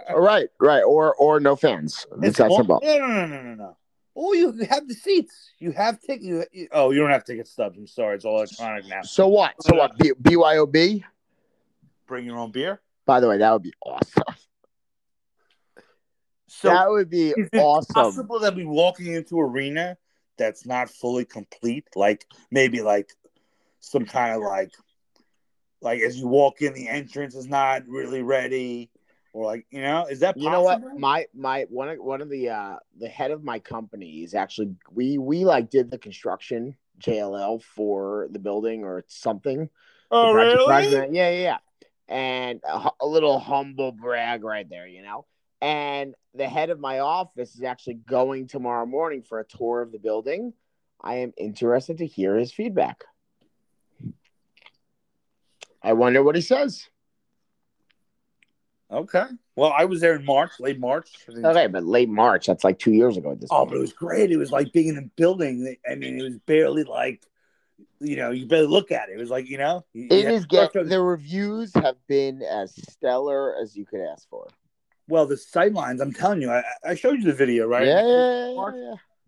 B: All right, right, or or no fans. It's that
A: all-
B: simple.
A: No, no, no, no, no, no. Oh, you have the seats. You have tickets. You, you- oh, you don't have ticket stubs. I'm sorry. It's all electronic now.
B: So what? So what? B- BYOB.
A: Bring your own beer.
B: By the way, that would be awesome.
A: So,
B: that would be
A: is it
B: awesome.
A: possible that we walking into arena that's not fully complete like maybe like some kind of like Like as you walk in, the entrance is not really ready, or like you know, is that possible?
B: You know what? My my one of one of the uh the head of my company is actually we we like did the construction JLL for the building or something.
A: oh
B: The project
A: really?
B: president. Yeah, yeah, yeah. And a, hu- a little humble brag right there, you know. And the head of my office is actually going tomorrow morning for a tour of the building. I am interested to hear his feedback. I wonder what he says.
A: Okay. Well, I was there in March, late March. for the-
B: Okay, but late March, that's like two years ago at this
A: Oh,
B: point.
A: but it was great. It was like being in a building. I mean, it was barely like, you know, you barely look at it. It was like, you know, you- you
B: It
A: have
B: is
A: to
B: get
A: work on-
B: the reviews have been as stellar as you could ask for.
A: well, the sight lines. I'm telling you, I, I showed you the video, right?
B: Yeah, yeah, yeah,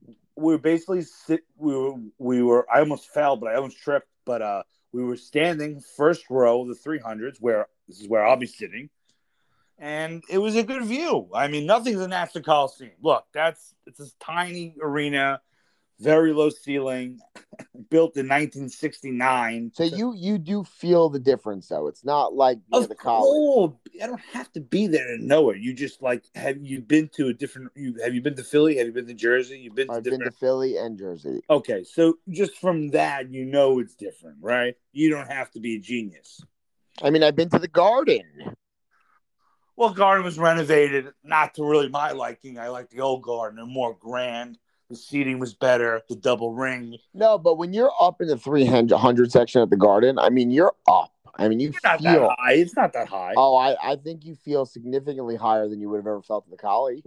B: yeah.
A: we were basically sit, we were we were I almost fell, but I almost tripped. But uh, we were standing first row of the three hundreds, where this is where I'll be sitting, and it was a good view. I mean, nothing's a Nassau Coliseum. Look, that's it's this tiny arena, very low ceiling, built in 1969.
B: So you you do feel the difference though. It's not like near
A: Of
B: the college.
A: course, I don't have to be there to know it. You just like have you been to a different? You have you been to Philly? Have you been to Jersey? You've been to
B: I've
A: different.
B: been to Philly and Jersey.
A: Okay, so just from that, you know it's different, right? You don't have to be a genius.
B: I mean, I've been to the Garden.
A: Well, Garden was renovated, not to really my liking. I like the old Garden, they're more grand. The seating was better, the double ring.
B: No, but when you're up in the 300 section at the Garden, I mean, you're up. I mean, you
A: It's not that
B: feel.
A: high. It's not that high.
B: Oh, I, I think you feel significantly higher than you would have ever felt at the Collie.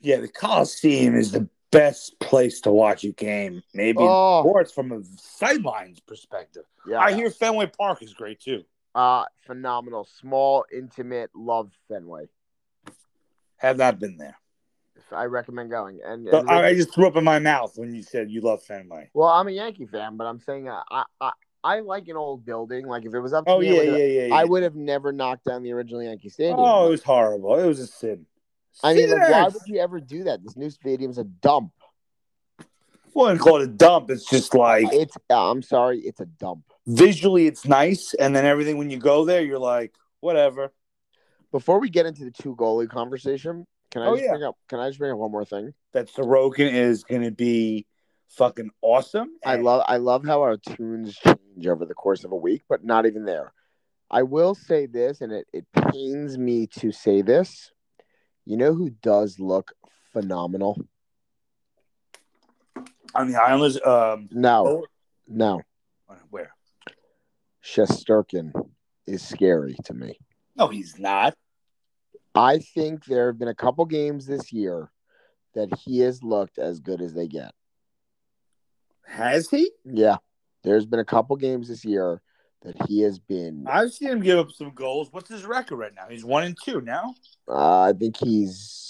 A: yeah, the Coliseum is the best place to watch a game, maybe in
B: Oh,
A: sports from a sidelines perspective.
B: yeah.
A: I hear Fenway Park is great too.
B: uh, phenomenal. Small, intimate, love Fenway.
A: Have not been there.
B: I recommend going. And,
A: But
B: and-
A: I, I just threw up in my mouth when you said you love Fenway.
B: well, I'm a Yankee fan, but I'm saying uh, I, I I like an old building. Like if it was up to
A: Oh
B: me, I
A: yeah,
B: would've-
A: yeah, yeah, yeah.
B: I would have never knocked down the original Yankee Stadium.
A: Oh, it was horrible. It was a sin.
B: I mean, like, why
A: Sinners!
B: would you ever do that? This new stadium's a dump.
A: wouldn't call it a dump. It's just like
B: It's uh, I'm sorry, it's a dump.
A: visually, it's nice, and then everything when you go there, you're like, whatever.
B: Before we get into the two goalie conversation, can I
A: Oh,
B: just
A: yeah.
B: bring up can I just bring up one more thing?
A: That Sorokin is gonna be fucking awesome.
B: I
A: and-
B: love I love how our tunes change over the course of a week, but not even there. I will say this, and it, it pains me to say this. You know who does look phenomenal?
A: on the Islanders. Um,
B: No,
A: Oh.
B: no.
A: where?
B: Shesterkin is scary to me.
A: No, he's not.
B: I think there have been a couple games this year that he has looked as good as they get.
A: Has he?
B: Yeah. There's been a couple games this year that he has been
A: I've seen him give up some goals. What's his record right now? He's one and two now.
B: uh, I think he's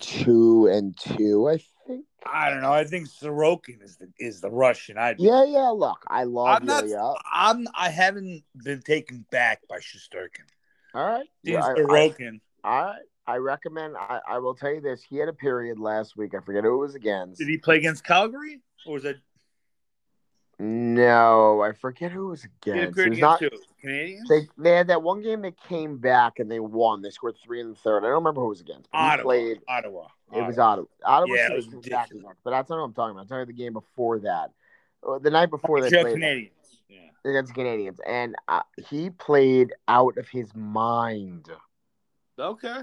B: 2 and 2, I think.
A: I don't know. I think Sorokin is the is the Russian. I
B: Yeah, yeah, look. I love
A: I'm not-
B: Ilya.
A: I'm I haven't been taken back by Shostakin.
B: All right.
A: Since
B: Yeah, I-
A: Sorokin.
B: I, I, I recommend I, I will tell you this. He had a period last week. I forget who it was against.
A: Did he play against Calgary, or was that
B: No, I forget who it was
A: he had a
B: against. It
A: period
B: was not
A: against who? Canadians?
B: They they had that one game they came back and they won. They scored three in the third. I don't remember who it was against. But he
A: Ottawa,
B: played.
A: Ottawa.
B: It was Ottawa. Ottawa
A: Yeah, it
B: should
A: was
B: have come back
A: ridiculous.
B: but that's not what I'm talking about. I'm talking about the game before that, Uh, the night before they
A: Joe
B: played
A: Canadians. Yeah.
B: against the Canadians, and uh, he played out of his mind.
A: Okay.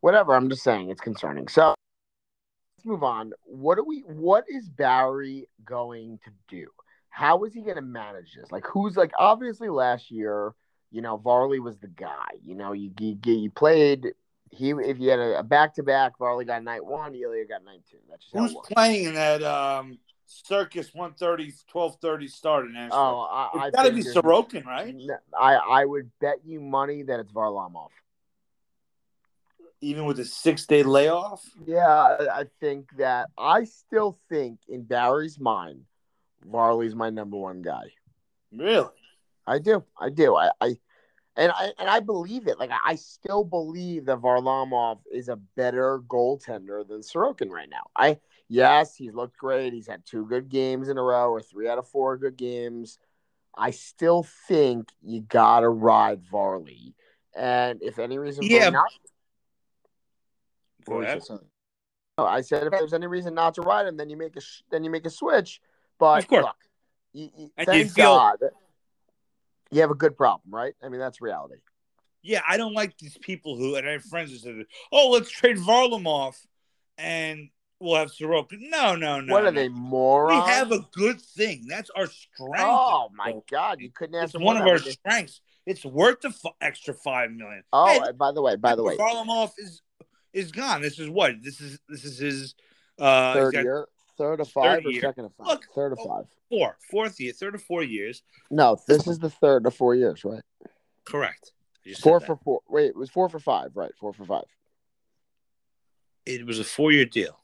B: Whatever. I'm just saying it's concerning. So let's move on. What do we? What is Barry going to do? How is he going to manage this? Like, who's like obviously last year, you know, Varley was the guy. You know, you you, you played. He if you had a back to back, Varley got night one, Ilya got night two. That's just how it
A: Who's
B: works.
A: playing in that um, circus 130, 1230 start in Nashville?
B: Oh, I, I
A: it's got to
B: think
A: be
B: there's-
A: Sorokin, right?
B: No, I I would bet you money that it's Varlamov.
A: Even with a six day layoff.
B: Yeah, I I think that I still think in Barry's mind, Varley's my number one guy.
A: Really?
B: I do. I do. I, I and I and I believe it. Like I, I still believe that Varlamov is a better goaltender than Sorokin right now. I yes, he's looked great. He's had two good games in a row, or three out of four good games. I still think you gotta ride Varley. And if any reason,
A: Yeah.
B: for not,
A: Go ahead.
B: No, I said if there's any reason not to ride him, then you make a sh- then you make a switch. But
A: Of course.
B: look, you, you-
A: And you
B: thank
A: feel-
B: God you have a good problem, right? I mean, that's reality.
A: Yeah, I don't like these people who, and I have friends who said, "Oh, let's trade Varlamov, and we'll have Sorokin." No, no, no.
B: what are
A: no.
B: they morons?
A: We have a good thing. That's our strength.
B: oh my
A: people.
B: God, you couldn't ask
A: It's
B: for
A: one of
B: more
A: our
B: than-
A: strengths. It's worth the f- extra five million.
B: Oh,
A: Hey,
B: and by the way, by the way,
A: Varlamov is is gone. This is what this is. This is his uh, he's
B: third
A: got
B: year, third of
A: Third
B: five or
A: year.
B: second of five?
A: Look,
B: third of
A: oh.
B: five.
A: four, fourth year, third or four years.
B: No, this is the third of four years, right?
A: Correct. I just Oh. said
B: Four
A: that.
B: for four. Wait, it was four for five, right? Four for five.
A: It was a four year deal.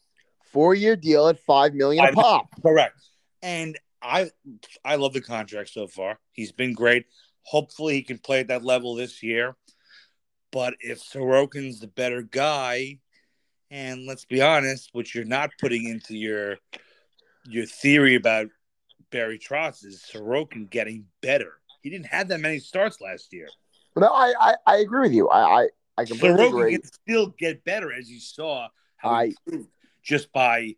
B: Four year deal at five million a
A: Five-
B: pop.
A: Correct. And I I love the contract so far. He's been great. Hopefully he can play at that level this year. But if Sorokin's the better guy, and let's be honest, which you're not putting into your your theory about Barry Trotz is Sorokin getting better. He didn't have that many starts last year.
B: No, I, I, I agree with you. I, I, I completely
A: Sorokin
B: agree.
A: can still get better, as you saw how
B: I-
A: he improved just by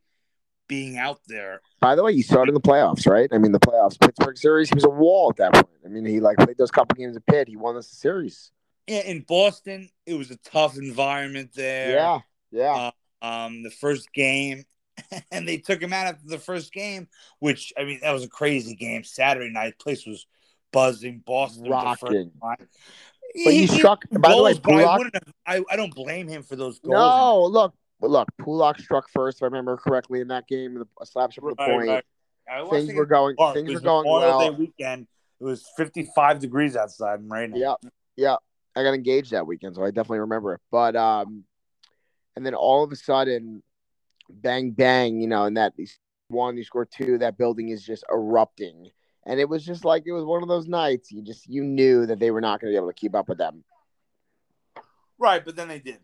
A: being out there
B: By the way, you saw it in the playoffs, right? I mean, the playoffs, Pittsburgh series, he was a wall at that point. I mean, he like played those couple games at Pitt. He won us the series.
A: Yeah, in Boston, it was a tough environment there.
B: Yeah, yeah.
A: Um, the first game, and they took him out after the first game, which I mean, that was a crazy game. Saturday night, place was buzzing. Boston was the first
B: Rocking.
A: time.
B: But you struck. By the way,
A: goals, but I,
B: Pulak.
A: wouldn't have, I, I don't blame him for those goals.
B: No, look, look. Pulak struck first, if I remember correctly, in that game. The slaps from the
A: Right,
B: point.
A: right. I was
B: Things
A: thinking
B: were going.
A: Park. it
B: Things were
A: was
B: going
A: Memorial
B: well.
A: Day weekend. It was 55 degrees outside and raining.
B: Yeah, yeah. I got engaged that weekend, so I definitely remember it. But um, and then all of a sudden, bang bang, you know, and that you one, you score two, that building is just erupting, and it was just like it was one of those nights. You just you knew that they were not going to be able to keep up with them.
A: Right, but then they did.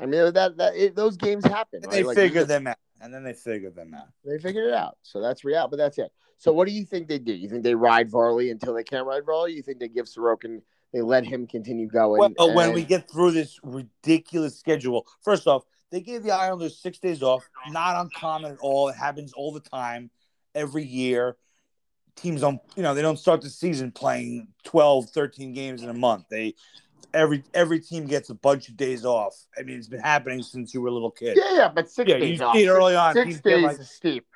B: I mean, that that it, those games happen.
A: And
B: right?
A: they
B: Like,
A: figured them out. And then they figured them out.
B: They figured it out. So that's real, but that's it. So what do you think they do? You think they ride Varley until they can't ride Varley? You think they give Sorokin they let him continue going?
A: Well, uh, when
B: and-
A: we get through this ridiculous schedule, first off, they gave the Islanders six days off. Not uncommon at all. It happens all the time, every year. Teams don't, you know, they don't start the season playing 12, 13 games in a month. They every every team gets a bunch of days off. I mean, it's been happening since you were a little kid.
B: Yeah, yeah, but six
A: Yeah, you
B: days
A: see
B: off.
A: it early on.
B: Six
A: Teams get
B: days
A: like-
B: is steep.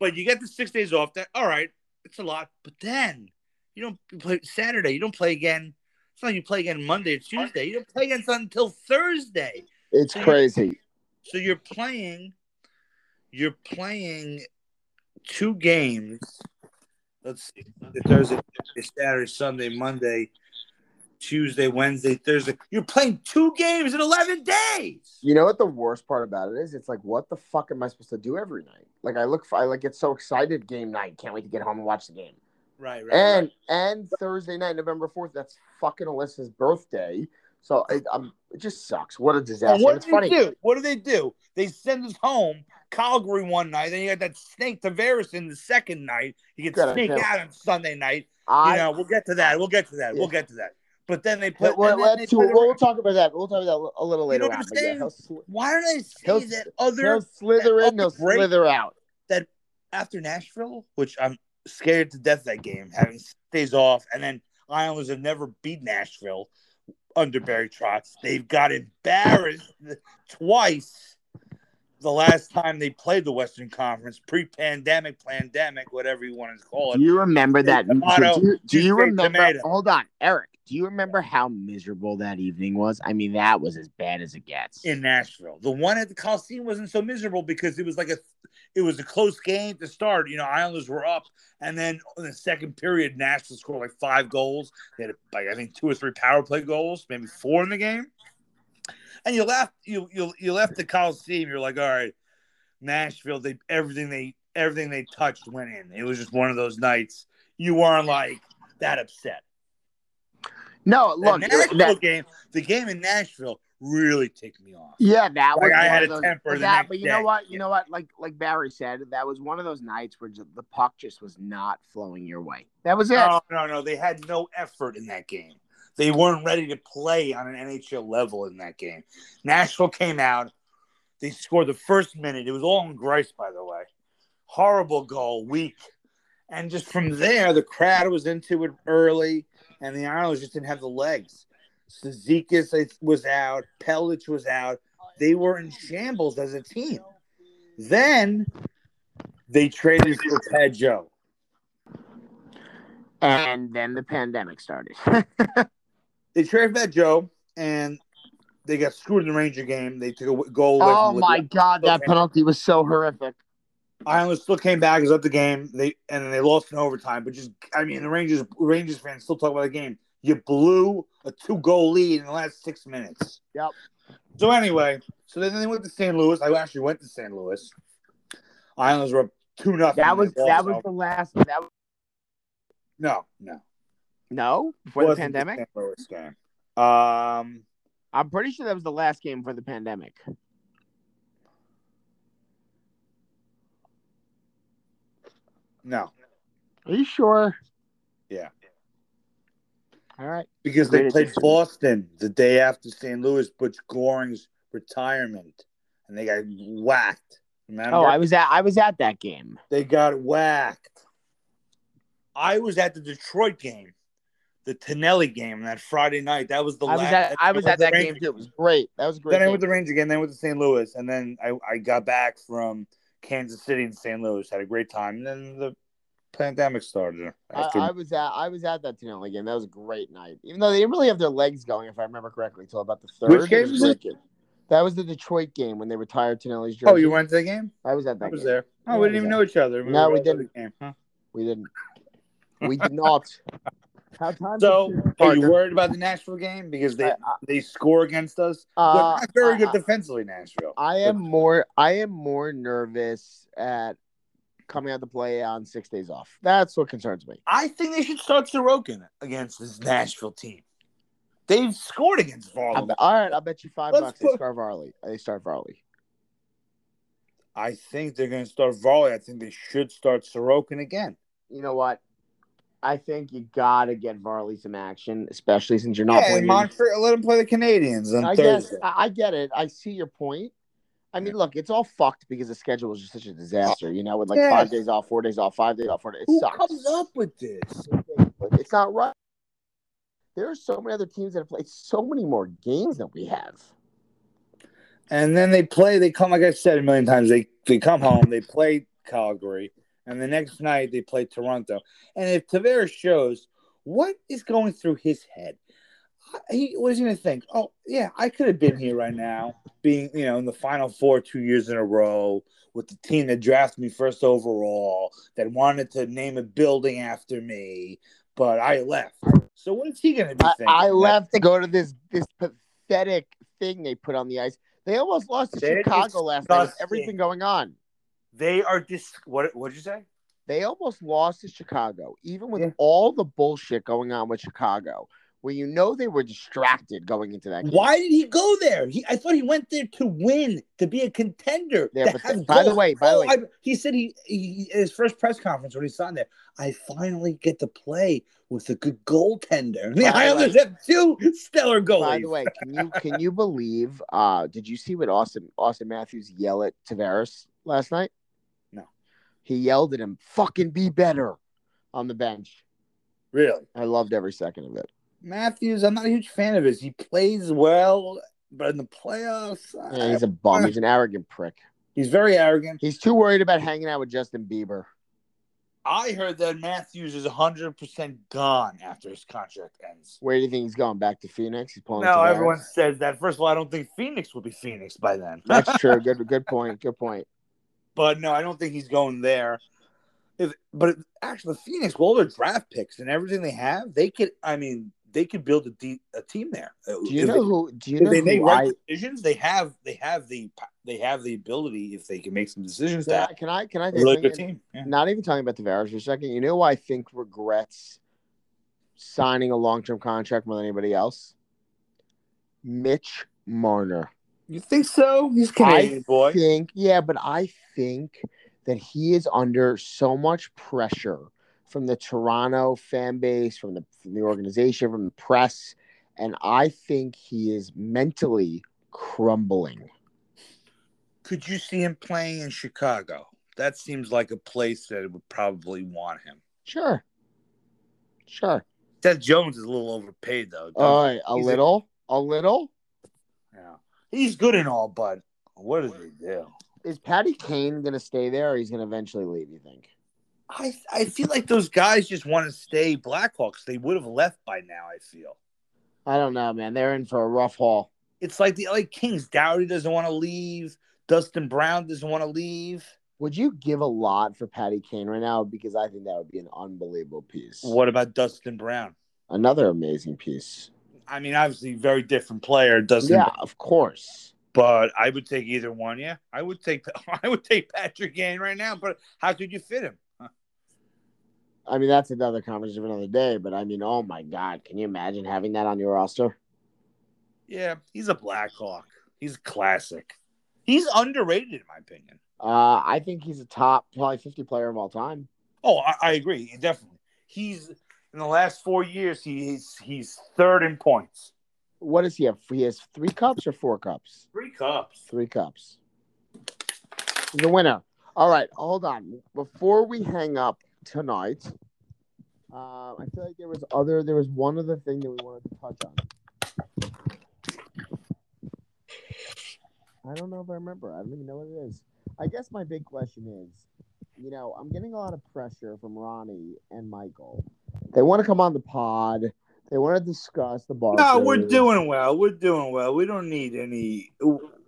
A: But you get the six days off. That all right, it's a lot. But then you don't you play Saturday. You don't play again. It's not you play again Monday or Tuesday. You don't play again until Thursday.
B: It's
A: Yeah.
B: crazy.
A: So you're playing, you're playing two games. Let's see, Monday, Thursday, Friday, Saturday, Sunday, Monday, Tuesday, Wednesday, Thursday. You're playing two games in eleven days.
B: You know what the worst part about it is? It's like, what the fuck am I supposed to do every night? Like, I look, for, I like get so excited game night. Can't wait to get home and watch the game.
A: Right, right.
B: And
A: right.
B: and Thursday night, November fourth, that's fucking Alyssa's birthday. So it, um, it just sucks. What a disaster.
A: And what
B: it's
A: do they
B: funny.
A: do? What do they do? They send us home Calgary one night. Then you got that snake Tavares in the second night. You
B: Good,
A: can
B: I
A: sneak
B: can't-
A: out on Sunday night.
B: I
A: you know, we'll get to that. We'll get to that. We'll get to that. But then they put.
B: But we'll,
A: and then
B: we'll,
A: they
B: to-
A: put
B: we'll
A: around-
B: talk about that. We'll talk about that a little later
A: what I'm
B: on. But yeah,
A: saying?
B: he'll, sl-
A: Why don't I say
B: He'll-
A: that other
B: he'll slither
A: that
B: in, he'll
A: other break-
B: slither out.
A: after Nashville, which I'm scared to death that game, having six days off, and then Islanders have never beat Nashville under Barry Trotz. They've got embarrassed twice. The last time they played the Western Conference, pre-pandemic, pandemic, whatever you want to call
B: Do
A: it,
B: you remember that?
A: Tomato,
B: do you, do you
A: Tuesday
B: remember?
A: tomato.
B: Hold on, Eric. Do you remember how miserable that evening was? I mean, that was as bad as it gets.
A: in Nashville. The one at the Coliseum wasn't so miserable because it was like a, it was a close game to start. You know, Islanders were up, and then in the second period, Nashville scored like five goals. They had like I think two or three power play goals, maybe four in the game. And you left you you you left the Coliseum. You're like, all right, Nashville. They everything they everything they touched went in. It was just one of those nights. You weren't like that upset.
B: no,
A: The
B: look,
A: Nashville
B: that-
A: game, the game in Nashville really ticked me off.
B: Yeah, that
A: Like
B: was
A: I
B: one
A: had
B: of
A: a
B: those-
A: temper the
B: that,
A: next
B: but you know
A: day.
B: what? You know what? Like like Barry said, that was one of those nights where ju- the puck just was not flowing your way. That was it.
A: No, no, no. They had no effort in that game. They weren't ready to play on an NHL level in that game. Nashville came out. They scored the first minute. It was all in Grice, by the way. Horrible goal, weak. And just from there, the crowd was into it early, and the Islanders just didn't have the legs. Sezikis I- was out. Pelich was out. They were in shambles as a team. Then they traded for Pedro.
B: And then the pandemic started.
A: they traded that Joe, and they got screwed in the Ranger game. They took a w- goal. away
B: oh
A: from
B: my
A: Woodrow.
B: god, that
A: Okay.
B: penalty was so horrific.
A: Islanders still came back, was up the game. They and then they lost in overtime. But just, I mean, the Rangers Rangers fans still talk about the game. You blew a two goal lead in the last six minutes.
B: Yep.
A: So anyway, so then they went to St. Louis. I actually went to St. Louis. Islanders were up two nothing.
B: That was that was the last. That was,
A: no no
B: no before the
A: Wasn't
B: pandemic.
A: St. Louis game. Um,
B: I'm pretty sure that was the last game for the pandemic.
A: no
B: Are you sure?
A: Yeah.
B: All right.
A: Because they
B: Great
A: played
B: addition.
A: Boston the day after St. Louis, Butch Goring's retirement, and they got whacked. Remember?
B: Oh, I was at I was at that game.
A: They got whacked. I was at the Detroit game, the Tonelli game that Friday night. That was the
B: I was
A: last.
B: at I was
A: went
B: at
A: to
B: that
A: the
B: game
A: Rangers
B: too. It was great. That was a great.
A: Then I
B: game.
A: went to the Rangers game. Then I went to St. Louis, and then I, I got back from Kansas City and St. Louis. Had a great time. And then the pandemic started.
B: I,
A: after-
B: I was at I was at that Tonelli game. That was a great night. Even though they didn't really have their legs going, if I remember correctly, until about the third.
A: Which game
B: It
A: was
B: a
A: it?
B: great game. That was the Detroit game when they retired Tonelli's jersey.
A: oh, you went to the game?
B: I was at
A: I
B: that
A: was
B: game.
A: there. Oh,
B: Yeah,
A: we didn't
B: I was
A: even
B: there.
A: know each other.
B: No,
A: were
B: we
A: all at the
B: didn't.
A: game, huh?
B: We didn't. We did not. How time
A: So,
B: did you-
A: are you
B: partner?
A: worried about the Nashville game because they
B: I- I-
A: they score against us? They're
B: uh,
A: not very
B: I-
A: good defensively, Nashville.
B: I am more I am more nervous at coming out to play on six days off. That's what concerns me.
A: I think they should start Sorokin against this Nashville team. They've scored against
B: I
A: Varlamov.
B: bet- all right, I'll bet you 5
A: Let's
B: bucks
A: put-
B: they start Varley. They start Varley.
A: I think they're going to start Volley. I think they should start Sorokin again.
B: You know what? I think you gotta get Varley some action, especially since you're not
A: yeah,
B: playing.
A: and Montreal, let them play the Canadians on
B: I guess
A: Thursday.
B: I I get it. I see your point. I mean, look, it's all fucked because the schedule was just such a disaster. You know, with like
A: Yeah.
B: five days off, four days off, five days off, four days. It
A: Who
B: sucks.
A: comes up with this?
B: Like, It's not right. There are so many other teams that have played so many more games than we have.
A: And then they play. They come, like I said a million times. They they come home. They play Calgary, and the next night they play Toronto. And if Tavares shows, what is going through his head? He was going to think, oh yeah, I could have been here right now, being you know in the final four two years in a row with the team that drafted me first overall, that wanted to name a building after me, but I left. So what is he going to be
B: I,
A: thinking?
B: I
A: That-
B: left to go to this this pathetic thing they put on the ice. They almost lost to
A: They're
B: Chicago last night with
A: disgusting.
B: everything going on.
A: They are dis. What what did you say?
B: They almost lost to Chicago, even with
A: Yeah.
B: all the bullshit going on with Chicago, where you know they were distracted going into that game.
A: Why did he go there? He, I thought he went there to win, to be a contender.
B: Yeah,
A: to
B: but
A: have
B: by the
A: goals.
B: way- by the way-
A: I, he said he, he his first press conference when he signed there. I finally get to play with a good goaltender. The
B: the way-
A: Islanders have two stellar goalies.
B: By the way, can you can you believe? Uh, did you see what Austin Austin Matthews yell at Tavares last night?
A: No.
B: he yelled at him. Fucking be better on the bench.
A: really,
B: I loved every second of it.
A: Matthews. I'm not a huge fan of his. He plays well, but in the playoffs,
B: Yeah,
A: I-
B: he's a bum. He's an arrogant prick.
A: he's very arrogant.
B: He's too worried about hanging out with Justin Bieber.
A: I heard that Matthews is 100 percent gone after his contract ends.
B: Where do you think he's going? Back to Phoenix? He's pulling.
A: No,
B: Tavares?
A: everyone says that. First of all, I don't think Phoenix will be Phoenix by then.
B: That's true. Good. Good point. Good point.
A: but no, I don't think he's going there. If, but actually, the Phoenix, with all their draft picks and everything they have, they could. I mean, they could build a, de- a team there. Uh,
B: Do you
A: If
B: know who? Do you
A: they, if
B: know
A: they make
B: who? I,
A: right decisions? They have. They have the. They have the ability if they can make some decisions
B: can
A: that
B: I? Can I? Can I?
A: a really
B: think-
A: good team. Yeah.
B: Not even talking about Tavares for a second. You know who I think regrets signing a long-term contract more than anybody else? Mitch Marner.
A: You think so? He's
B: I
A: Canadian boy.
B: think, yeah, but I think that he is under so much pressure from the Toronto fan base, from the, from the organization, from the press. And I think he is mentally crumbling.
A: Could you see him playing in Chicago? That seems like a place that would probably want him.
B: Sure. Sure.
A: Seth Jones is a little overpaid though.
B: All right. A
A: Oh, he's a-
B: little, a little.
A: yeah. He's good and all, but what does he do?
B: Is Patty Kane going to stay there or he's going to eventually leave, you think?
A: I I feel like those guys just want to stay Blackhawks. They would have left by now. I feel
B: I don't know, man. They're in for a rough haul.
A: it's like the LA Kings. Dowdy doesn't want to leave. Dustin Brown doesn't want to leave.
B: Would you give a lot for Patty Kane right now? Because I think that would be an unbelievable piece.
A: What about Dustin Brown?
B: Another amazing piece.
A: I mean, obviously, very different player. Dustin,
B: Yeah, of course.
A: but I would take either one. Yeah, I would take I would take Patrick Kane right now. But how could you fit him?
B: I mean, that's another conversation for another day. But I mean, oh my God, can you imagine having that on your roster?
A: Yeah, he's a Blackhawk. He's a classic. He's underrated in my opinion.
B: Uh, I think he's a top, probably 50 player of all time.
A: Oh, I, I agree definitely. He's in the last four years. He's he's third in points.
B: What does he have? He has three cups or four cups?
A: Three cups.
B: Three cups. He's a winner. All right, hold on. Before we hang up tonight, uh, I feel like there was other. There was one other thing that we wanted to touch on. I don't know if I remember. I don't even know what it is. I guess my big question is, you know, I'm getting a lot of pressure from Ronnie and Michael. They want to come on the pod. They want to discuss the bar.
A: No, we're
B: food.
A: doing well. We're doing well. We don't need any.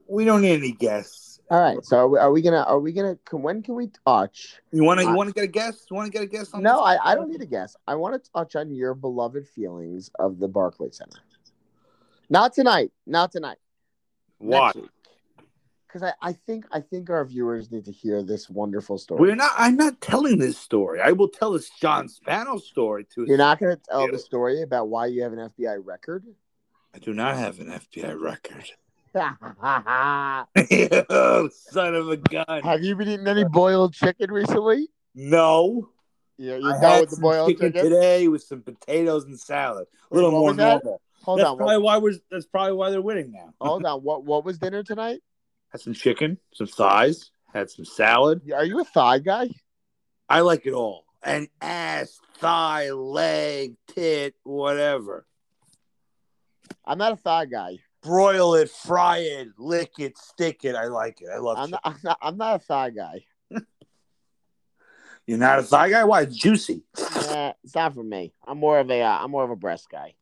A: We don't need any guests.
B: All right. So are we, are we gonna are we gonna can, when can we touch?
A: You want to? You want to get a guest? You want to get a guest? On
B: No,
A: this?
B: I, I don't need a guess. I want to touch on your beloved feelings of the Barclay Center. Not tonight. Not tonight.
A: Why?
B: Because I, I think I think our viewers need to hear this wonderful story.
A: We're not. I'm not telling this story. I will tell this John Spano story to.
B: You're not going to tell the story about why you have an FBI record.
A: I do not have an FBI record.
B: have
A: oh, son of a gun!
B: you been eating any boiled chicken recently?
A: No,
B: Yeah, you
A: I
B: done
A: had
B: with the
A: some
B: boiled
A: chicken
B: chicken.
A: today with some potatoes and salad. A little
B: What
A: more
B: was that?
A: normal.
B: Hold
A: that's
B: on.
A: probably
B: What,
A: why we're. That's probably why they're winning now.
B: hold on. What what was dinner tonight?
A: Had some chicken, some thighs, had some salad.
B: Are you a thigh guy?
A: I like it all. An ass, thigh, leg, tit, whatever.
B: I'm not a thigh guy.
A: Broil it, fry it, lick it, stick it. I like it. I love
B: I'm
A: it.
B: not, I'm not. I'm not a thigh guy.
A: You're not a thigh guy? Why? It's juicy.
B: Nah, it's not for me. I'm more of a. Uh, I'm more of a breast guy.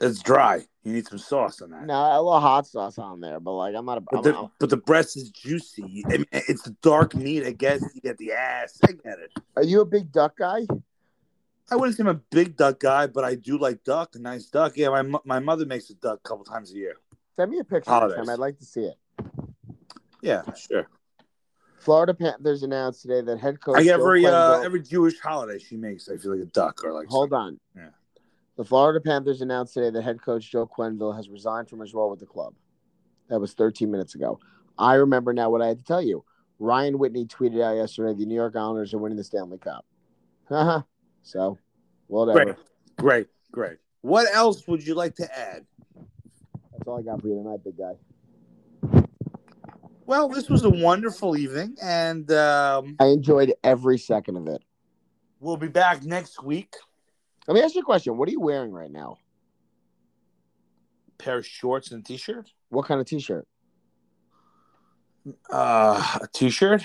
A: It's dry. You need some sauce on that.
B: No, a little hot sauce on there, but like I'm not a.
A: But
B: I'm,
A: the, but the breast is juicy. I mean, it's dark meat, I guess. You get the ass. I get it.
B: are you a big duck guy?
A: I wouldn't say I'm a big duck guy, but I do like duck, a nice duck. Yeah, my, mo- my mother makes a duck a couple times a year.
B: Send me a picture. next
A: Holidays.
B: Time. I'd like to see it.
A: Yeah, sure.
B: Florida Panthers announced today that head coach.
A: Like
B: Joe
A: every uh,
B: Quenville-
A: every Jewish holiday she makes, I feel like a duck or like
B: Hold on.
A: Yeah.
B: The Florida Panthers announced today that head coach Joe Quenville has resigned from his role with the club. That was 13 minutes ago. I remember now what I had to tell you. Ryan Whitney tweeted out yesterday the New York Islanders are winning the Stanley Cup. Haha. so, whatever.
A: Great, great, great. What else would you like to add?
B: That's all I got for you tonight, big guy.
A: Well, this was a wonderful evening, and um,
B: I enjoyed every second of it.
A: we'll be back next week.
B: Let me ask you a question. What are you wearing right now?
A: pair of shorts and a t-shirt.
B: What kind of t-shirt?
A: Uh, a t-shirt.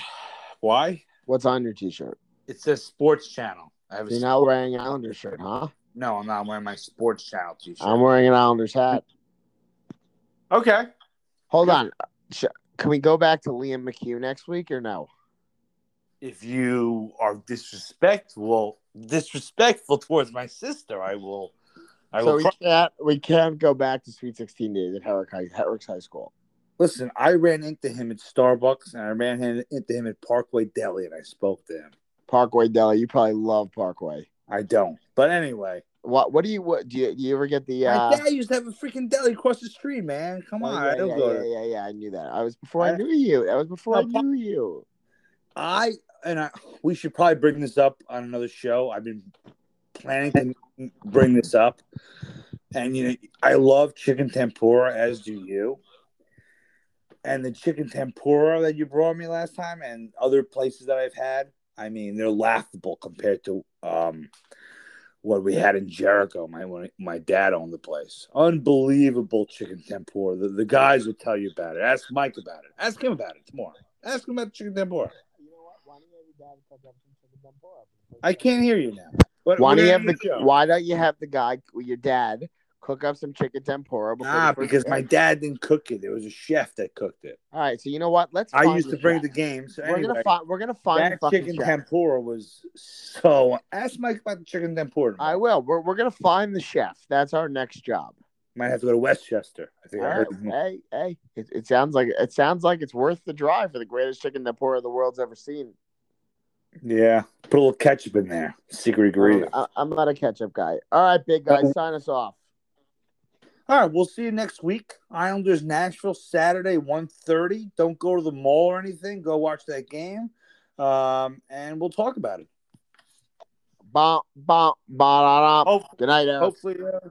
A: Why?
B: What's on your t-shirt?
A: It says Sports Channel. I have a,
B: You're not wearing an Islanders shirt, huh?
A: no. I'm not wearing my Sports Channel t-shirt.
B: I'm wearing an Islanders hat.
A: okay.
B: Hold on. Sh- Can we go back to Liam McHugh next week or no?
A: If you are disrespectful, disrespectful towards my sister, I will. I
B: so
A: will.
B: we
A: cry.
B: can't we can't go back to Sweet 16 days at Herrick High, Herrick's High School.
A: Listen, I ran into him at Starbucks, and I ran in- into him at Parkway Deli, and I spoke to him.
B: Parkway Deli. You probably love Parkway.
A: I don't. But anyway,
B: What What do you what do you, do you ever get the?
A: My
B: Uh,
A: dad used to have a freaking deli across the street, man. Come
B: oh,
A: on,
B: yeah,
A: I don't
B: yeah,
A: go
B: yeah,
A: there.
B: yeah, yeah, I knew that. I was before I,
A: I-
B: knew you. That was before
A: No,
B: I knew you.
A: I and I we should probably bring this up on another show. I've been planning to bring this up. And you know, I love chicken tempura as do you. And the chicken tempura that you brought me last time and other places that I've had, I mean, they're laughable compared to um what we had in Jericho, my when my dad owned the place. Unbelievable chicken tempura. The, the guys will tell you about it. Ask Mike about it. Ask him about it tomorrow. Ask him about chicken tempura.
B: You know what? Why don't you have your dad cook up some chicken tempura?
A: I can't hear you now. But
B: Why
A: we're
B: don't you have
A: gonna
B: the
A: do show.
B: Why don't you have the guy, your dad, cook up some chicken tempura? Before
A: Nah,
B: the first
A: because my
B: game?
A: dad didn't cook it. It was a chef that cooked it.
B: All right, so you know what? Let's.
A: I
B: find
A: used to
B: the
A: bring
B: chef.
A: the game. So
B: We're
A: anyway,
B: gonna find. We're gonna find the
A: that
B: fucking
A: chicken
B: chef.
A: tempura was so. Ask Mike about the chicken tempura.
B: I
A: I
B: will. We're, we're gonna find the chef. That's our next job.
A: might have to go to Westchester. I think I
B: All
A: heard.
B: right. Hey, hey. It, it sounds like it sounds like it's worth the drive for the greatest chicken tempura the world's ever seen.
A: Yeah, put a little ketchup in there. Secret ingredient.
B: I, am not a ketchup guy. All right, big guy,
A: Uh-oh.
B: sign us off. uh,
A: All right, we'll see you next week. Islanders Nashville Saturday 1.30. Don't go to the mall or anything. Go watch that game, um, and we'll talk about it.
B: Ba ba ba da da.
A: Hope, Oh,
B: Good night, Eric.
A: hopefully. Uh,